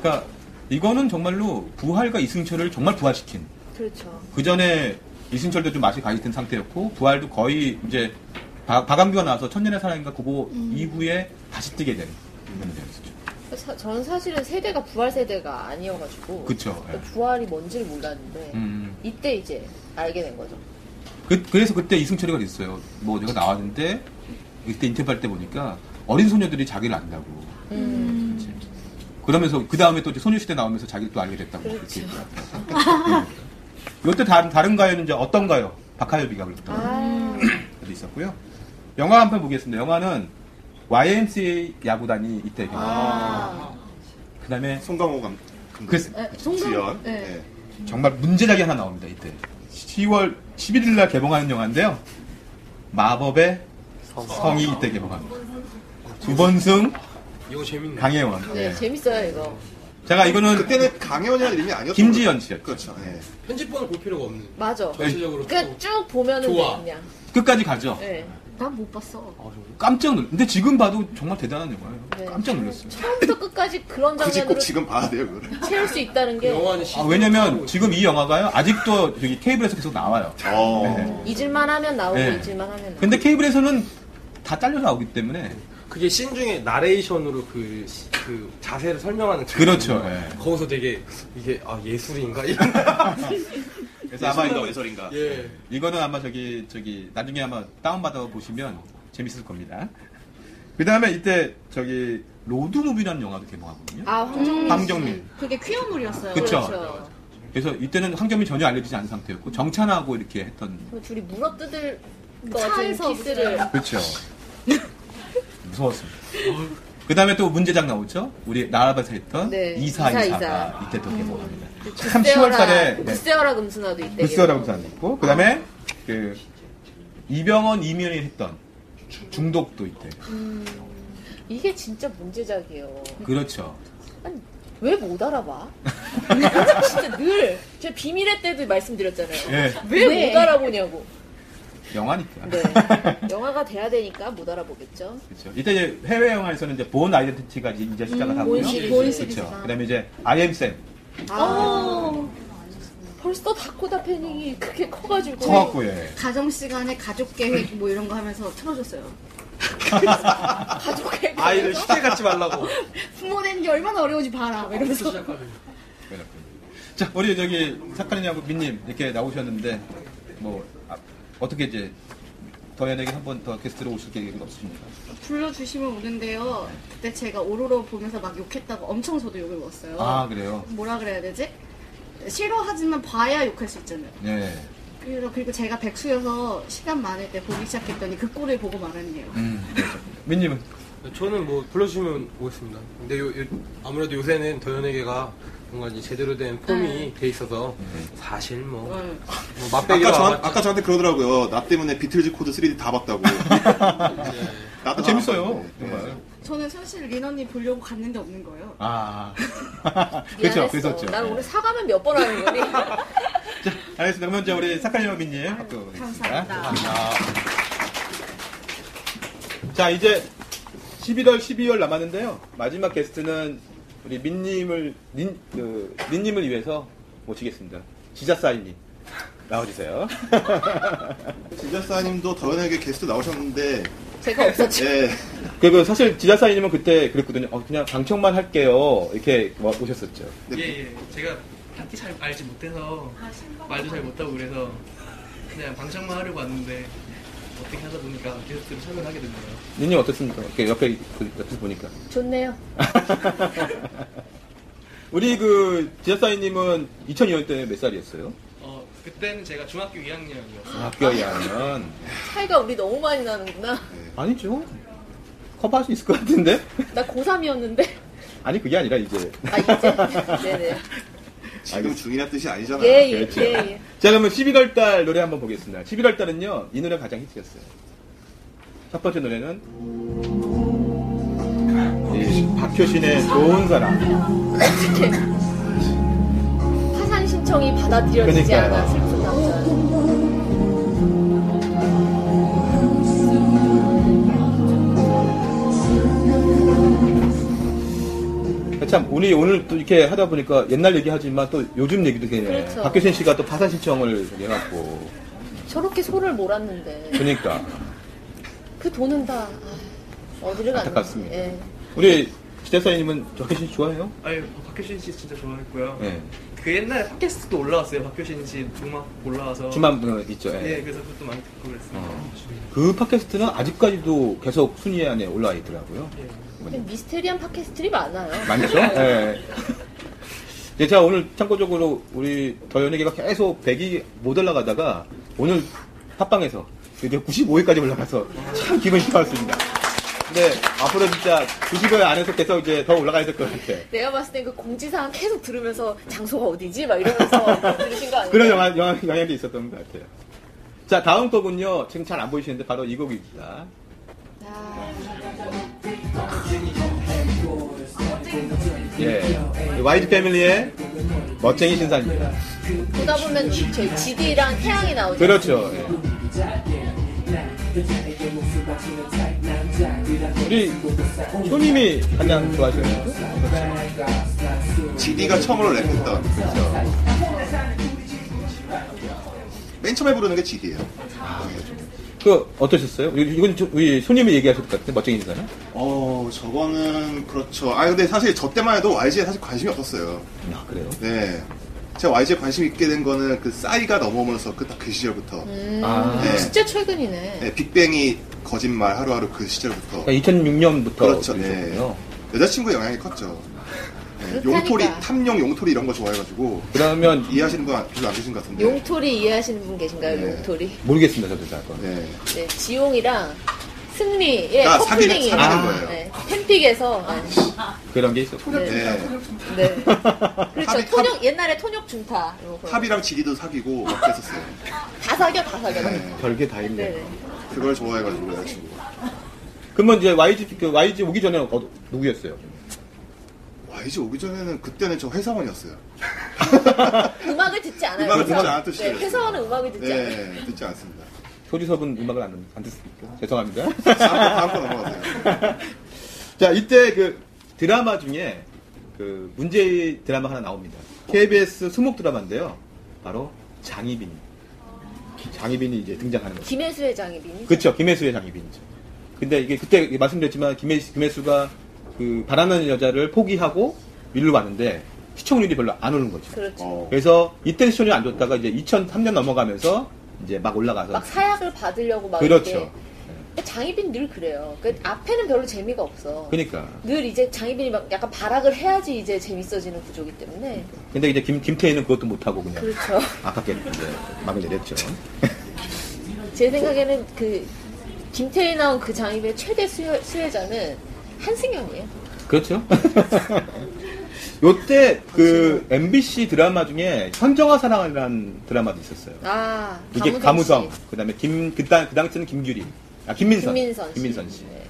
그러니까 이거는 정말로 부활과 이승철을 정말 부활시킨
그렇죠.
그 전에 이승철도 좀 맛이 가있던 상태였고 부활도 거의 이제 바- 박완규가 나와서 천년의 사랑인가 그거 이후에 다시 뜨게 된 그런 데였었죠.
사, 전 사실은 세대가 부활 세대가 아니어가지고
그쵸, 예.
부활이 뭔지를 몰랐는데
음.
이때 이제 알게 된 거죠.
그, 그래서 그때 이승철이가 됐어요. 뭐 내가 나왔는데 그때 인터뷰할 때 보니까 어린 소녀들이 자기를 안다고. 음. 그러면서 그 다음에 또 이제 소녀시대 나오면서 자기를 또 알게 됐다고 그렇게 얘기하더라고요. 음. 이때 다른 다른 가요는 이제 어떤 가요? 박하엽이가 불렀던.
아,
것도 있었고요. 영화 한 편 보겠습니다. 영화는 YMCA 야구단이 이때
아.
그다음에
송강호 감, 감독.
그-
네, 송강.
주연.
네.
네.
정말 문제작이 하나 나옵니다. 이때 10월 11일 날 개봉하는 영화인데요. 마법의 성이 이때 개봉합니다. 구본승,
이거 재밌네.
강혜원.
네,
예.
재밌어요 이거.
제가 이거는
그때는 강혜원이라는 이름이 아니었죠.
김지연 씨였죠.
그렇죠. 네.
편집본을 볼 필요가 없는.
네.
맞아.
전체적으로
그러니까
또-
쭉 보면은
좋아.
그냥.
끝까지 가죠.
네.
난 못 봤어.
아, 정말.
깜짝 놀. 근데 지금 봐도 정말 대단한 영화예요.
네.
깜짝 놀랐어요.
처음부터 끝까지 그런
굳이
장면으로
꼭 지금 봐야 돼요, 그걸.
채울 수 있다는 게
예. 영화는
아,
시즌
왜냐면
투로
지금 이 영화가요. 아직도 저기 케이블에서 계속 나와요.
어.
잊을만 하면 나오고
네.
잊을만 하면 나오고.
근데 케이블에서는 다 잘려 나오기 때문에
그게 씬 중에 나레이션으로 그, 시- 그 자세를 설명하는
그렇죠,
장면이
예.
거기서 되게 이게 아 예술인가 이런
그래서 아마 이거
외설인가.
예
이거는 아마 저기 저기 나중에 아마 다운 받아 보시면 재밌을 겁니다. 그 다음에 이때 저기 로드 무비라는 영화도 개봉하거든요.
아 황정민.
황정민.
그게 퀴어물이었어요.
그쵸.
그렇죠.
그래서 이때는 황정민 전혀 알려지지 않은 상태였고 정찬하고 이렇게 했던
그럼 둘이 물어뜯을 것 같은
차에서
키스를
그렇죠. 무서웠습니다. 그 다음에 또 문제작 나오죠. 우리 나라바에서 했던
네,
이사
이사,
이사가
이사.
이때 또 개봉합니다. 참
글쎄어라
10월달에 네.
글쎄어라 금수나도 이때
글쎄라고 사람 있고 그다음에 그 이병헌 이면이 했던 중독도 있대.
이게 진짜 문제작이에요.
그렇죠.
왜 못 알아봐? 진짜 늘. 제 비밀의 때도 말씀드렸잖아요.
예,
왜 못
왜?
알아보냐고.
영화니까.
네. 영화가 돼야 되니까 못 알아보겠죠.
그렇죠. 이때 이제 해외 영화에서는 이제 본 아이덴티티가 이제 이제 시작을 하고요.
음, 본 시리즈.
본
그렇죠.
시리즈가.
그다음에 이제 아이엠쌤
아. 벌써 다코다 패닝이 그렇게 커가지고.
커갖고 예.
가정 시간에 가족 계획 뭐 이런 거 하면서 틀어줬어요.
가족 계획.
아이를 시대 같지 말라고
부모 되는 게 얼마나 어려운지 봐라. 막 이러면서.
자, 우리 저기 사카리님하고 민님 이렇게 나오셨는데 뭐 아, 어떻게 이제 더현에게 한 번 더 게스트로 오실 계획은 없으십니까?
불러주시면 오는데요. 그때 제가 오로로 보면서 막 욕했다고 엄청 저도 욕을 먹었어요.
아 그래요.
뭐라 그래야 되지? 싫어하지만 봐야 욕할 수 있잖아요.
네.
그래서 그리고 제가 백수여서 시간 많을 때 보기 시작했더니 그 꼴을 보고 말았네요.
음. 그렇죠. 민님은
저는 뭐 불러주시면 오겠습니다. 근데 요, 요- 아무래도 요새는 더현에게가 뭔가 이제 제대로 된 폼이 돼 있어서 사실 뭐,
네.
뭐 맛배기로
아까, 저,
아마-
아까 저한테 그러더라고요. 나 때문에 비틀즈 코드 3D 다 봤다고. 나도
아, 재밌어요.
봤는데. 네.
정말.
저는 사실 린 언니 보려고 갔는데 없는 거예요.
아. 그렇죠.
미안했어.
그랬었죠.
난 오늘
네.
사과만 몇 번 하는 거니?
자, 알겠습니다. 그러면 이제 우리 사카리마 민님 박수 부탁드리겠습니다.
감사합니다.
감사합니다. 자, 이제 11월, 12월 남았는데요. 마지막 게스트는 우리 민님을 민, 그, 민님을 위해서 모시겠습니다. 지자사이님 나와주세요.
진자사님도 아, 더현에게 게스트 나오셨는데,
제가 없었죠.
예.
그리고 사실 지자사이님은 그때 그랬거든요. 어, 그냥 방청만 할게요. 이렇게 와- 오셨었죠.
근데
예예 제가 딱히 잘 알지 못해서 말도 잘 못하고 그래서 그냥 방청만 하려고 왔는데 어떻게 하다 보니까 게스트로 참여하게 된 거예요
민님 어떻습니까? 이렇게 옆에 그- 옆에서 보니까.
좋네요.
우리 그 지자사이님은 2002년 때 몇 살이었어요?
어 그때는 제가 중학교 2학년이었어요
학교 2학년.
차이가 우리 너무 많이 나는구나.
아니죠. 커버할 수 있을 것 같은데?
나 고3이었는데.
아니, 그게 아니라 이제.
아, 이제? 네네.
지금 중이란 뜻이 아니잖아요.
예, 예,
그렇죠.
예, 예.
자, 그러면 11월 달 노래 한번 보겠습니다. 11월 달은요, 이 노래가 가장 히트였어요. 첫 번째 노래는 이 박효신의 좋은 사람.
어떻게. 파산 신청이 받아들여지지
그러니까요.
않아 슬픈 남자.
그러니까 참, 우리 오늘 또 이렇게 하다 보니까 옛날 얘기하지만 또 요즘 얘기도 되네.
그렇죠.
박효신 씨가 또 파산 신청을 해갖고.
저렇게 소를 몰았는데
그러니까.
그 돈은 다 아, 어디를 갔나.
안타깝습니다.
예.
우리 지대사님은 박효신 씨 좋아해요?
아유 어, 박효신 씨 진짜 좋아했고요
예.
그 옛날에 팟캐스트도 올라왔어요 박효신 씨 음악 올라와서
주만 어, 있죠. 예.
예 그래서 그것도 많이 듣고 그랬어요
그 팟캐스트는 아직까지도 계속 순위 안에 올라와 있더라고요.
좀 미스테리한 팟캐스트들이 많아요.
많죠? 예. 네, 제가 오늘 참고적으로 우리 더 연예계가 계속 100이 못 올라가다가 오늘 팟빵에서 드디어 95위까지 올라가서 참 기분이 좋았습니다. 근데 앞으로 진짜 90위 안에서 계속 이제 더 올라가야 될 것 같아.
내가 봤을 땐 그 공지사항 계속 들으면서 장소가 어디지? 막 이러면서 들으신 거 아니에요?
그런 영향, 영향, 영향도 있었던 것 같아요. 자, 다음 곡은요. 지금 잘 안 보이시는데 바로 이 곡입니다.
아.
예. 와이드 패밀리의 멋쟁이 신사입니다.
보다 보면 저희 GD랑 태양이 나오죠.
그렇죠. 예. 우리 손님이 가장 좋아하시는 거죠?
GD가 처음으로 랩했던.
네.
맨 처음에 부르는 게 GD예요.
그 어떠셨어요? 우리- 이건 저- 우리 손님이 얘기하실 것 같은데 멋쟁이 신사는?
어, 저거는 그렇죠. 아 근데 사실 저 때만 해도 YG에 사실 관심이 없었어요.
아 그래요?
네. 제가 YG에 관심 있게 된 거는 그 싸이가 넘어오면서 그 딱 그 시절부터.
음.
아
네.
진짜 최근이네.
네, 빅뱅이 거짓말 하루하루 그 시절부터.
2006년부터
그렇죠. 네.
그러니까 네, 그러셨군요.
여자친구의 영향이 컸죠. 네,
그렇다니까.
용토리, 탐용 용토리 이런 거 좋아해가지고
그러면
이해하시는 분 별로 안 계신 것 같은데.
용토리 이해하시는 분 계신가요?
네.
용토리.
모르겠습니다. 저도 잘.
네.
네, 지용이랑 승리의 예,
그러니까
커플링이에요.
사귀는-
아, 사귀는
거예요.
네, 팬픽에서 아,
그런 게 있었고.
네, 네.
네.
그렇죠.
합의-
통역 옛날에 통역 중타 이런 거.
탑이랑 지리도 사귀고 막 그랬었어요.
다 사겨 다 사겨. 네.
별게 다 있네.
네.
그걸 좋아해가지고 여자친구가.
그러면 이제 YG 그 YG 오기 전에 어, 누구였어요?
YG 오기 전에는 그때는 저 회사원이었어요.
음악을 듣지 않아요.
음악을 듣지
회사원.
않았던 시절이었어요.
네, 회사원은 음악을 듣지 않아요.
네, 듣지 않습니다.
소지섭은 음악을 안, 안 듣습니까? 죄송합니다.
다음 거, 다음 거 넘어가세요.
자 이때 그 드라마 중에 그 문제의 드라마 하나 나옵니다. KBS 수목 드라마인데요. 바로 장희빈. 장희빈이 이제 등장하는 거죠.
김혜수 회장이 미니.
그렇죠. 김혜수의 장희빈이죠. 근데 이게 그때 말씀드렸지만 김혜수, 김혜수가 그 바라는 여자를 포기하고 밀로 왔는데 시청률이 별로 안 오른 거죠.
그렇죠.
어,
그래서 이때 시청률이 안 좋다가 이제 2003년 넘어가면서 이제 막
네.
올라가서
막 사약을 받으려고 막
그렇죠.
이렇게. 장희빈 늘 그래요. 그 앞에는 별로 재미가 없어.
그러니까.
늘 이제 장희빈이 막 약간 발악을 해야지 이제 재밌어지는 구조기 때문에
근데 이제 김 김태희는 그것도 못 하고 그냥
그렇죠.
아깝게 이제 막을 내렸죠.
제 생각에는 그 김태희 나온 그 장희빈의 최대 수혜, 수혜자는 한승연이에요.
그렇죠. 요때
그렇죠.
그 MBC 드라마 중에 현정아 사랑이라는 드라마도 있었어요.
아
이게
가무성 씨.
가무성, 그다음에 김 그당 그 당시는 김규리, 아 김민선,
김민선 씨.
씨.
네.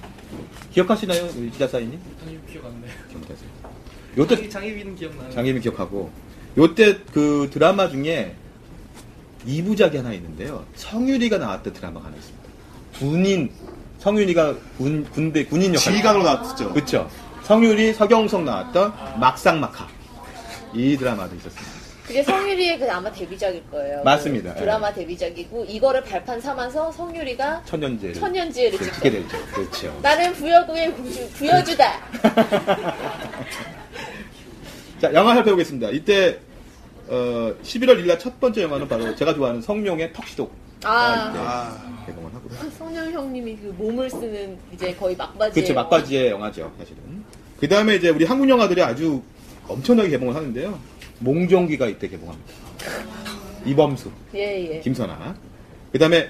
기억하시나요, 우리 기자사님?
아니 기억 안 나요.
기억하세요. 요때
장희빈 기억나요?
장혜민 기억하고 요때 그 드라마 중에 2부작이 하나 있는데요. 성유리가 나왔던 드라마가 하나 있습니다. 군인 성유리가 군 군대 군인 역할.
지휘관으로 나왔었죠.
그렇죠. 성유리 서경석 나왔던 막상막하 이 드라마도 있었습니다.
그게 성유리의 그 아마 데뷔작일 거예요.
맞습니다.
그 드라마 데뷔작이고 이거를 발판 삼아서 성유리가
천년제를
천년지혜를
그-
찍게
찍게 되죠. 그렇죠.
나는 부여구의 공주 부여주다.
자 영화 살펴보겠습니다. 이때 어, 11월 1일 첫 번째 영화는 바로 제가 좋아하는 성룡의 턱시독
아, 예.
아,
개봉을 하고요.
성령 형님이 그 몸을 쓰는 이제 거의 막바지.
네. 그렇죠 막바지의 영화죠 사실은 그 다음에 이제 우리 한국 영화들이 아주 엄청나게 개봉을 하는데요 몽종기가 이때 개봉합니다 이범수
예예.
김선아 그 다음에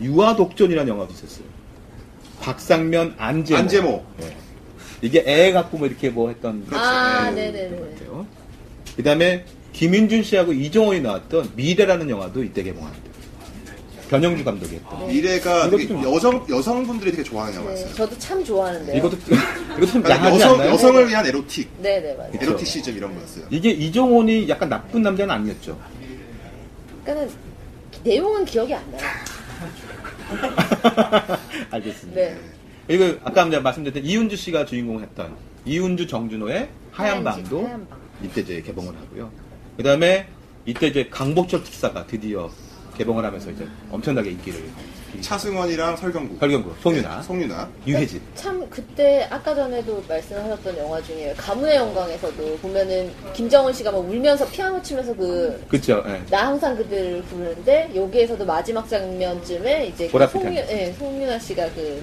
유아독존이라는 영화도 있었어요 박상면 안재모,
안재모.
예. 이게 애 갖고 뭐 이렇게 뭐 했던
아,
예,
네네네.
그런 것 같아요. 그 다음에 김윤준 씨하고 이종원이 나왔던 미래라는 영화도 이때 개봉합니다 변영주 감독이 했던
미래가
이것도
되게
좀-
여성, 여성분들이 되게 좋아하는
네,
영화였어요.
저도 참 좋아하는데요.
이것도 이것도 좀
그러니까
야하지
여성,
않나요?
여성을 위한 에로틱,
네네 맞아요.
그쵸.
에로티시즘 이런 거였어요.
이게 이종원이 약간 나쁜 남자는 아니었죠.
그러니까는 내용은 기억이 안 나요.
알겠습니다.
네.
그리고 아까 이제 말씀드렸던 이은주 씨가 주인공을 했던 이은주 정준호의 하얀
하얀
방도
집, 하얀 방.
이때 이제 개봉을 하고요. 그 다음에 이때 이제 강복철 특사가 드디어 개봉을 하면서 이제 엄청나게 인기를
차승원이랑 설경구.
설경구, 송유나,
네, 송유나.
유해진.
참 그때 아까 전에도 말씀하셨던 영화 중에 가문의 영광에서도 보면은 김정은 씨가 막 울면서 피아노 치면서 그
그쵸, 예.
나 항상 그들을 부르는데 여기에서도 마지막 장면쯤에 이제 그
보랏빛한.
송유, 예, 송유나 씨가 그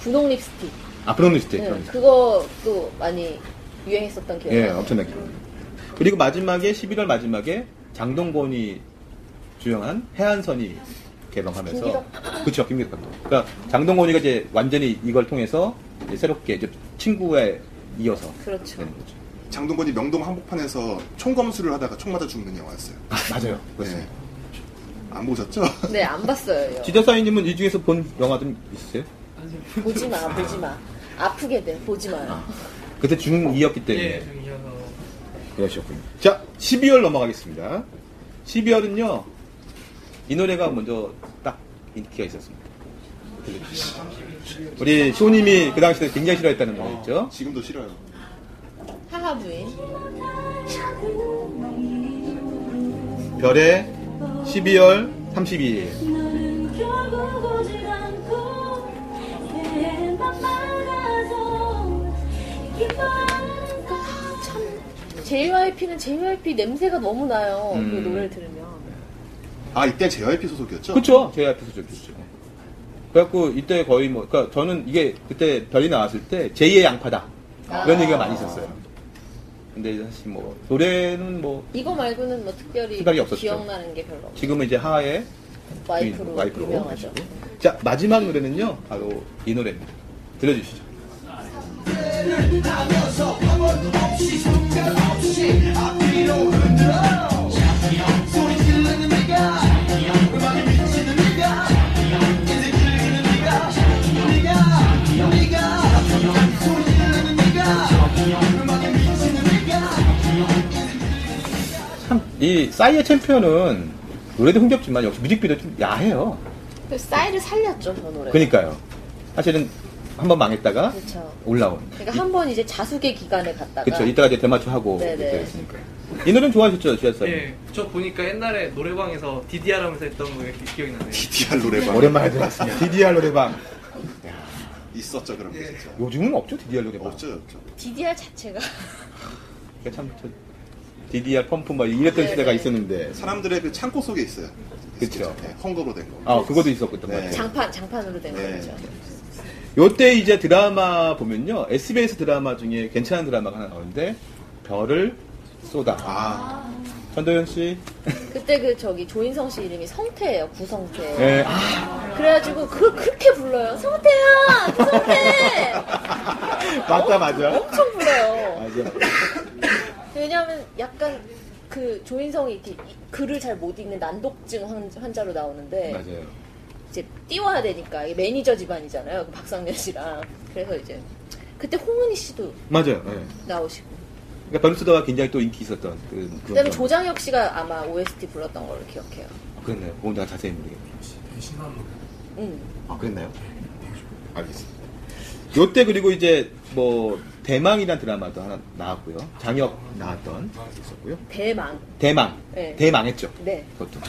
분홍 립스틱
아, 브론리스트.
네,
그런
그것도 많이 유행했었던 기억이
예,
나요.
엄청나게. 그리고 마지막에 11월 마지막에 장동건이 주연한 해안선이 개봉하면서 그렇죠 김기덕 감독. 그러니까 장동건이가 이제 완전히 이걸 통해서 이제 새롭게 이제 친구에 이어서
그렇죠.
되는 거죠.
장동건이 명동 한복판에서 총검수를 하다가 총 맞아 죽는 영화였어요.
아, 맞아요. 그렇습니다.
네. 안 보셨죠?
네, 안 봤어요. 이거.
지저사인님은 이 중에서 본 영화 좀 있으세요?
보지 마, 보지 마. 아프게 돼, 보지 마요.
그때 중2였기 때문에
예, 중이어서
그러셨군요. 자, 12월 넘어가겠습니다. 12월은요, 이 노래가 먼저 딱 인기가 있었습니다. 우리 쇼님이 그 당시에 굉장히 싫어했다는 노래 있죠?
지금도 싫어요.
하하 부인.
별의 12월 32일.
JYP는 JYP 냄새가 너무 나요.
음.
그 노래를 들으면.
아, 이때 JYP 소속이었죠?
그쵸? 제 앞에서 적혔죠. 그래갖고 이때 거의 뭐, 그니까 저는 이게 그때 별이 나왔을 때 제2의 양파다. 이런 얘기가 많이 있었어요. 근데 사실 뭐, 노래는 뭐,
이거 말고는 뭐 특별히
생각이 없었죠.
기억나는 게 별로 없어요.
지금은 이제 하하의
와이프로,
와이프로
유명하죠.
하시고. 자 마지막 노래는요 바로 이 노래입니다 들려주시죠 참 이 싸이의 챔피언은 노래도 흥겹지만 역시 뮤직비디오 좀 야해요
그 싸이를 살렸죠, 저 노래.
네. 그러니까요 사실은 한번 망했다가
그쵸.
올라온
그러니까 한 번 이제 자숙의 기간에 갔다가.
그쵸 이따가 이제 대마초 하고
네. 네네.
이렇게 했으니까 이 노래는 좋아하셨죠 지하사
네.
예, 저 보니까 옛날에 노래방에서 DDR 하면서 했던 거 기- 기억이 나네요.
DDR 노래방.
오랜만에 들었습니다 DDR 노래방
있었죠, 그런 게 진짜.
요즘은 없죠 DDR 노래방
없죠, 없죠.
DDR 자체가.
그러니까 참 저- DDR 펌프 막 이랬던
네네.
시대가 있었는데
사람들의 그 창고 속에 있어요.
그렇죠.
네, 헝거로 된 거.
아, 그것도 있었거든.
네.
요
장판 장판으로 된
네.
거죠.
요때 이제 드라마 보면요. SBS 드라마 중에 괜찮은 드라마가 하나 나오는데 별을 쏟아.
아,
전도현 씨.
그때 그 저기 조인성 씨 이름이 성태예요 구성태.
예. 아,
그래가지고 그걸 그렇게 불러요. 성태야, 구성태.
맞다 맞아.
엄청 불러요.
맞아.
왜냐하면 약간 그 조인성이 이렇게 이- 글을 잘 못 읽는 난독증 환- 환자로 나오는데
맞아요.
이제 띄워야 되니까 이게 매니저 집안이잖아요. 그 박상면 씨랑 그래서 이제 그때 홍은희 씨도
맞아요. 예.
나오시고
그러니까 별을 쏟아가 굉장히 또 인기 있었던 그
그다음에
그런
조장혁 씨가 아마 OST 불렀던 걸로 기억해요.
그랬나요? 그건 나 자세히 모르겠네요.
음.
아, 그랬나요? 알겠습니다. 요때 그리고 이제 뭐 대망이란 드라마도 하나 나왔고요. 장혁 나왔던 있었고요.
대망.
대망.
네.
대망했죠.
네.
그것도.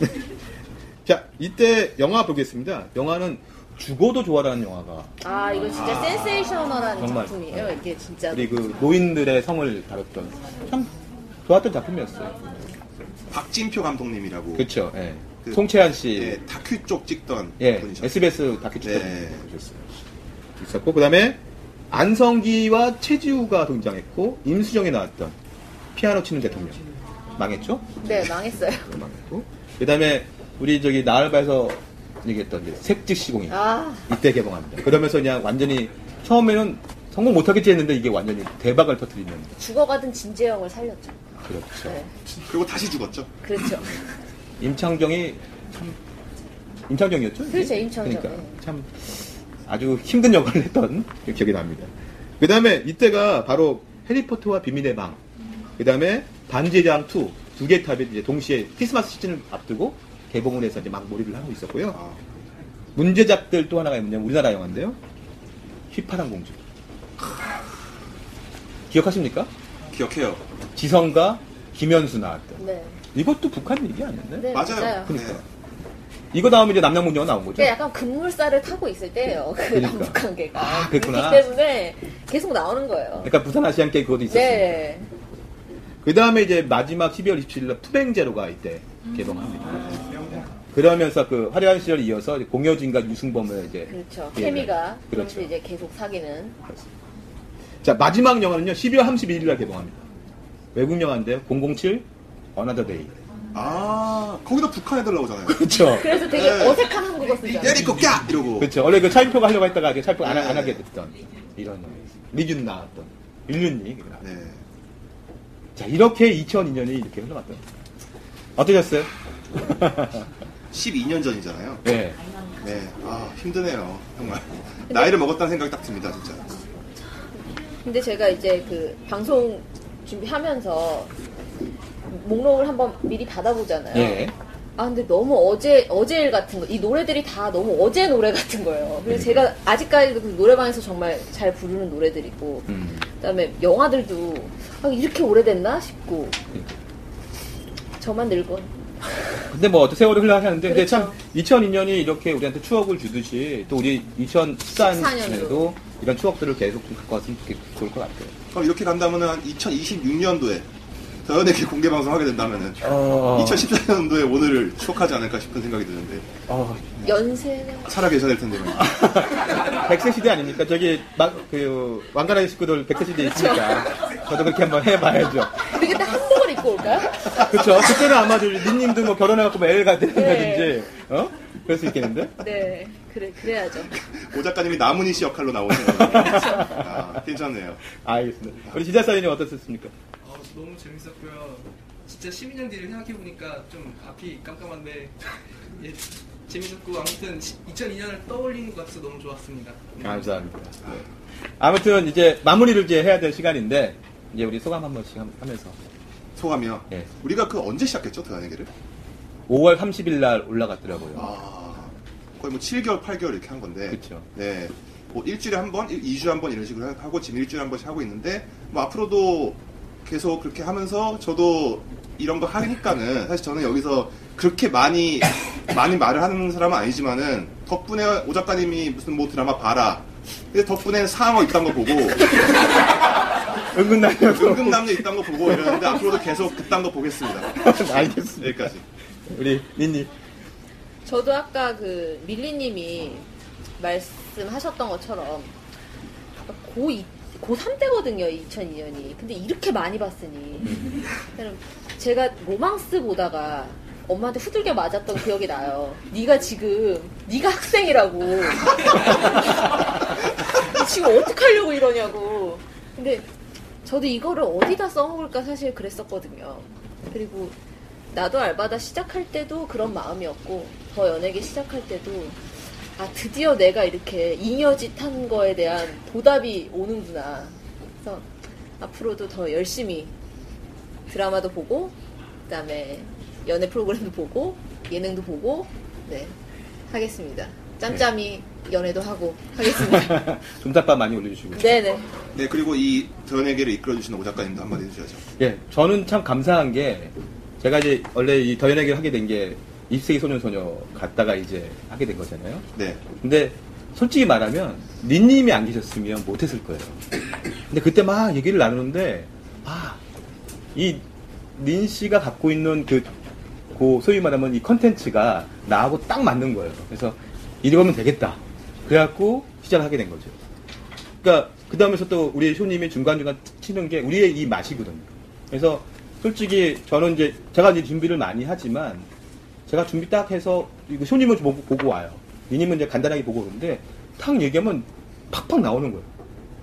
네. 자, 이때 영화 보겠습니다. 영화는 죽어도 좋아라는 영화가
아 이거 진짜 센세이셔널한
정말.
작품이에요. 이게 진짜.
우리 그 노인들의 성을 다뤘던 참 좋았던 작품이었어요.
박진표 감독님이라고.
그렇죠. 네, 예.
그-
송채한 씨.
예, 다큐 쪽 찍던
예,
분이셨어요.
SBS 다큐축제
네.
보셨어요. 있었고 그다음에 안성기와 최지우가 등장했고 임수정이 나왔던 피아노 치는 대통령 망했죠?
네 망했어요.
그거 망했고 그다음에 우리 저기 나알바에서 얘기했던 이제 색즉 시공이
아
이때 개봉합니다. 그러면서 그냥 완전히 처음에는 성공 못하겠지 했는데 이게 완전히 대박을 터뜨리는
죽어가던 진재영을 살렸죠.
그렇죠.
네.
그리고 다시 죽었죠.
그렇죠.
임창정이 참 임창정이었죠? 이게?
그렇죠, 임창정.
그러니까
네.
참 아주 힘든 역할을 했던 기억이 납니다. 그 다음에 이때가 바로 해리포터와 비밀의 방, 그 다음에 반지의 제왕 2, 두 개 탑이 이제 동시에 크리스마스 시즌을 앞두고 개봉을 해서 이제 막 몰입을 하고 있었고요.
아,
문제작들 또 하나가 있냐면 우리나라 영화인데요. 휘파람 공주. 기억하십니까?
기억해요.
지성과 김현수 나왔던.
네.
이것도 북한 얘기 아닌데?
네
맞아요.
맞아요.
그러니까.
네.
이거 다음에 이제 남양문 영화 나온 거죠?
그러니까 약간 급물살을 타고 있을 때예요. 그
그러니까.
남북 관계가.
아, 그랬구나.
그렇기 때문에 계속 나오는 거예요.
그러니까 부산 아시안 게임 그것도 있었어요.
네.
그 다음에 이제 마지막 12월 27일 날 푸뱅제로가 이때 개봉합니다. 그러면서 그 화려한 시절 이어서 이제 공효진과 유승범을 이제
그렇죠.
예,
케미가
네.
그렇죠.
그렇죠.
이제 계속 사귀는.
자 마지막 영화는요 12월 31일 날 개봉합니다. 외국 영화인데요 007 어나더 데이.
아, 거기다 북한 애들 나오잖아요.
그렇죠.
그래서 되게
네.
어색한 한국어 쓰잖아요.
때리고 까! 이러고.
그렇죠. 원래 그 차인표가 하려고 했다가 이제 차인표 안,
네.
안 하게 됐던 이런 영화. 리준 나왔던 일륜이.
네.
자 이렇게 2002년이 이렇게 흘러갔던. 어떠셨어요?
12년 전이잖아요.
네.
네. 아, 힘드네요. 정말. 나이를 먹었다는 생각이 딱 듭니다, 진짜.
근데 제가 이제 그 방송 준비하면서 목록을 한번 미리 받아보잖아요.
예.
아 근데 너무 어제 어제일 같은 거 이 노래들이 다 너무 어제 노래 같은 거예요. 그래서 제가 아직까지도 그 노래방에서 정말 잘 부르는 노래들이고
음.
그다음에 영화들도 아, 이렇게 오래됐나 싶고 저만 늙어
근데 뭐 어떤 세월이 흘러가는데 근데 참
그렇죠.
2002년이 이렇게 우리한테 추억을 주듯이 또 우리 2014년에도 이런 추억들을 계속 좀 갖고 왔으면 좋겠, 좋을 것 같아요.
그럼 이렇게 간다면은 한 2026년도에 더연에게 공개 방송하게 된다면은
어.
2014년도에 오늘을 추억하지 않을까 싶은 생각이 드는데
어,
연세는
살아 계셔야 될 텐데 말이죠.
100세 시대 아닙니까? 저기 막, 그 왕가라의 식구들 100세 시대
그렇죠.
있으니까 저도 그렇게 한번 해봐야죠.
우리 그때 한복을 입고 올까요?
그렇죠. 그때는 아마 저 님님도 뭐 결혼해갖고 뭐 애를 가든다든지 어? 그럴 수 있겠는데?
네 그래 그래야죠.
오 작가님이 나문희 씨 역할로 나오세요.
그렇죠.
아, 괜찮네요.
알겠습니다. 우리 지자사님은 어떠셨습니까?
어, 너무 재밌었고요. 진짜 12년 뒤를 생각해보니까 좀 앞이 깜깜한데 예, 재밌었고 아무튼 2002년을 떠올리는 것 같아서 너무 좋았습니다. 네.
감사합니다. 네. 아무튼 이제 마무리를 이제 해야 될 시간인데 이제 우리 소감 한 번씩 함- 하면서
소감이요.
예.
우리가 그 언제 시작했죠, 더연에게를?
5월 30일 날 올라갔더라고요.
아, 거의 뭐 7개월, 8개월 이렇게 한 건데.
그쵸.
네. 뭐 일주일에 한 번, 일- 2주에 한 번 이런 식으로 하고 지금 일주일에 한 번씩 하고 있는데 뭐 앞으로도 계속 그렇게 하면서 저도 이런 거 하니까는 사실 저는 여기서 그렇게 많이 많이 말을 하는 사람은 아니지만은 덕분에 오 작가님이 무슨 뭐 드라마 봐라. 근데 덕분에 상어 있던 거 보고
은근 날려서
은근 남녀 있던 거 보고 이러는데 앞으로도 계속 그딴 거 보겠습니다.
알겠습니다.
여기까지.
우리 니니.
저도 아까 그 밀리님이 말씀하셨던 것처럼 고2, 고3 때거든요, 2002년이. 근데 이렇게 많이 봤으니. 그럼 제가 로망스 보다가 엄마한테 후들겨 맞았던 기억이 나요. 네가 지금, 네가 학생이라고. 지금 어떡하려고 이러냐고. 근데 저도 이거를 어디다 써먹을까 사실 그랬었거든요. 그리고 나도 알바다 시작할 때도 그런 마음이었고 더 연예계 시작할 때도 아 드디어 내가 이렇게 잉여짓 한 거에 대한 보답이 오는구나 그래서 앞으로도 더 열심히 드라마도 보고 그다음에 연애 프로그램도 보고 예능도 보고 네 하겠습니다 짬짬이 연애도 하고 하겠습니다
좀답밥 많이 올려주시고.
네네
네, 그리고 이 드러내기를 이끌어주시는 오 작가님도 한마디 해주셔야죠.
예, 저는 참 감사한 게 제가 이제 원래 이 더연에게 하게 된 게 20세기 소년 소녀 갔다가 이제 하게 된 거잖아요.
네.
근데 솔직히 말하면 니님이 안 계셨으면 못했을 거예요. 근데 그때 막 얘기를 나누는데 아, 아이닌 씨가 갖고 있는 그, 그 소위 말하면 이 컨텐츠가 나하고 딱 맞는 거예요. 그래서 이러면 되겠다. 그래갖고 시작하게 된 거죠. 그러니까 그 다음에서 또 우리 쇼님이 중간중간 치는 게 우리의 이 맛이거든요. 그래서 솔직히 저는 이제 제가 이제 준비를 많이 하지만 제가 준비 딱 해서 이거 쇼님은 보고, 보고 와요. 니님은 이제 간단하게 보고 오는데 탁 얘기하면 팍팍 나오는 거예요.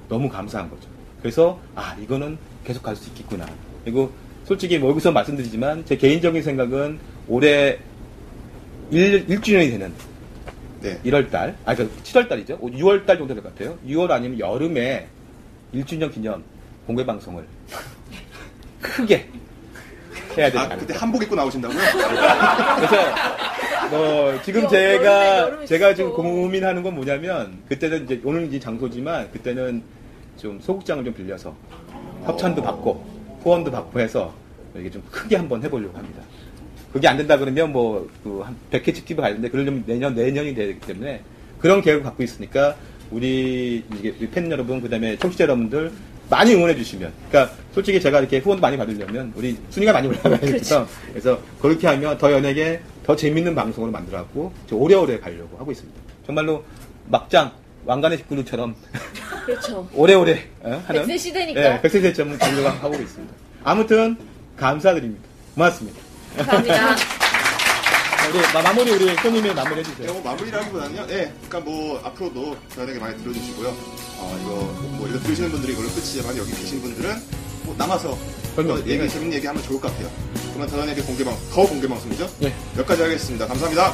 너무 감사한 거죠. 그래서 아 이거는 계속 갈 수 있겠구나. 그리고 솔직히 뭐 여기서 말씀드리지만 제 개인적인 생각은 올해 1, 1주년이 되는
네.
1월달, 아, 그 7월달이죠. 6월달 정도 될 것 같아요. 6월 아니면 여름에 1주년 기념 공개 방송을 크게 해야 되는
아,
거
그때
니다
한복 입고 나오신다고요?
그래서 뭐 지금
여-
제가
여름에 여름에
제가
씻고.
지금 고민하는 건 뭐냐면 그때는 이제 오늘 이제 장소지만 그때는 좀 소극장을 좀 빌려서 협찬도 받고 후원도 받고 해서 이게 좀 크게 한번 해보려고 합니다. 그게 안 된다 그러면 뭐한 100회 찍기도 가야 되는데 그러려면 내년 내년이 되기 때문에 그런 계획을 갖고 있으니까 우리 이게 우리 팬 여러분 그다음에 청취자 여러분들 많이 응원해 주시면 그러니까 솔직히 제가 이렇게 후원도 많이 받으려면 우리 순위가 많이 올라가야
그렇죠.
돼서 그래서 그렇게 하면 더 연예계 더 재밌는 방송으로 만들어갖고 저 오래오래 가려고 하고 있습니다. 정말로 막장 왕관의 식구들처럼
그렇죠
오래오래 어? 하는
백세 시대니까.
백세 시대처럼 공격을 하고 있습니다. 아무튼 감사드립니다. 고맙습니다. 자,
감사합니다
우리 네, 마- 마무리 우리 형님이 마무리해
네,
주세요.
뭐 마무리라기보다는요. 예, 그러니까 뭐 앞으로도 저에게 많이 들어주시고요. 어, 이거 뭐 이거 들으시는 분들이 이걸로 끝이지만 여기 계신 분들은 뭐 남아서
그럼요.
또 얘기 재밌는 얘기 하면 좋을 것 같아요. 그러면 저에게 공개 방, 더 공개 방송이죠?
예.
여기까지 하겠습니다. 감사합니다.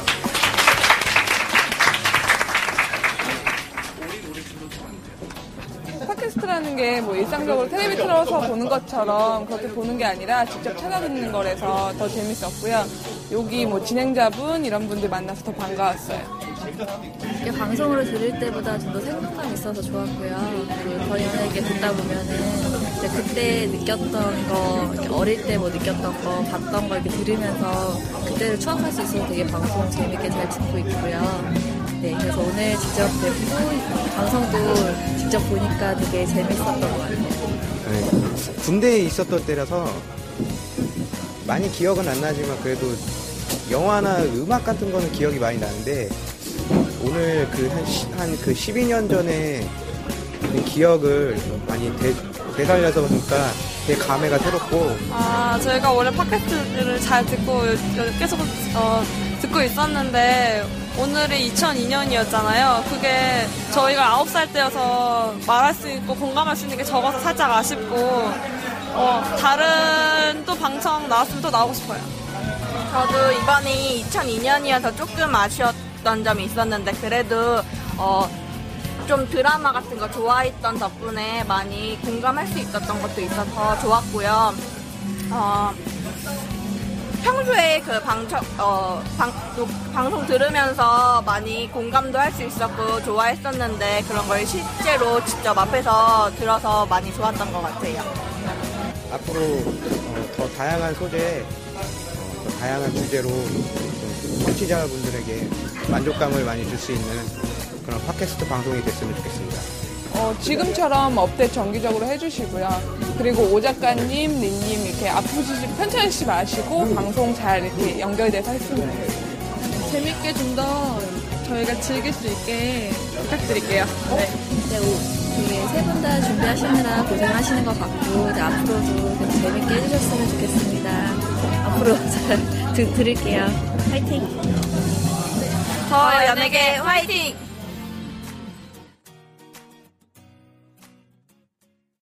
팟캐스트라는 게 뭐 일상적으로 텔레비 틀어서 보는 것처럼 그렇게 보는 게 아니라 직접 찾아듣는 거라서 더 재밌었고요. 여기 뭐 진행자분 이런 분들 만나서 더 반가웠어요.
이게 방송으로 들을 때보다 좀 더 생동감 있어서 좋았고요. 그리고 더 연하게 듣다 보면은 이제 그때 느꼈던 거, 이렇게 어릴 때 뭐 느꼈던 거, 봤던 거 이렇게 들으면서 그때를 추억할 수 있어서 되게 방송 재밌게 잘 듣고 있고요. 네, 그래서 오늘 직접 뵙고 방송도 직접 보니까 되게 재밌었던 것 같아요.
네, 군대에 있었던 때라서 많이 기억은 안 나지만 그래도 영화나 음악 같은 거는 기억이 많이 나는데 오늘 그한한그 12년 전에 그 기억을 많이 되, 되살려서 보니까 되게 감회가 새롭고
아, 저희가 원래 팟캐스트를 잘 듣고 요- 계속 어, 듣고 있었는데 오늘이 2002년이었잖아요. 그게 저희가 9살 때여서 말할 수 있고 공감할 수 있는 게 적어서 살짝 아쉽고 어, 다른 또 방청 나왔으면 또 나오고 싶어요.
저도 이번이 2002년이어서 조금 아쉬웠던 점이 있었는데 그래도 어, 좀 드라마 같은 거 좋아했던 덕분에 많이 공감할 수 있었던 것도 있어서 좋았고요. 어, 평소에 그 방청, 어, 방, 녹- 방송 들으면서 많이 공감도 할 수 있었고 좋아했었는데 그런 걸 실제로 직접 앞에서 들어서 많이 좋았던 것 같아요.
앞으로 어, 더 다양한 소재, 어, 더 다양한 주제로 좀 청취자분들에게 만족감을 많이 줄 수 있는 그런 팟캐스트 방송이 됐으면 좋겠습니다.
어, 지금처럼 업데이트 정기적으로 해주시고요. 그리고 오 작가님, 린님 이렇게 아프시지 편찮으시지 마시고 방송 잘 이렇게 연결돼서 했으면 좋겠어요.
재밌게 좀 더 저희가 즐길 수 있게 부탁드릴게요. 네. 세 분 다 준비하시느라 고생하시는 것 같고, 이제 앞으로도 계속 재밌게 해주셨으면 좋겠습니다. 앞으로 잘 드, 들을게요. 화이팅!
더 연예계 화이팅!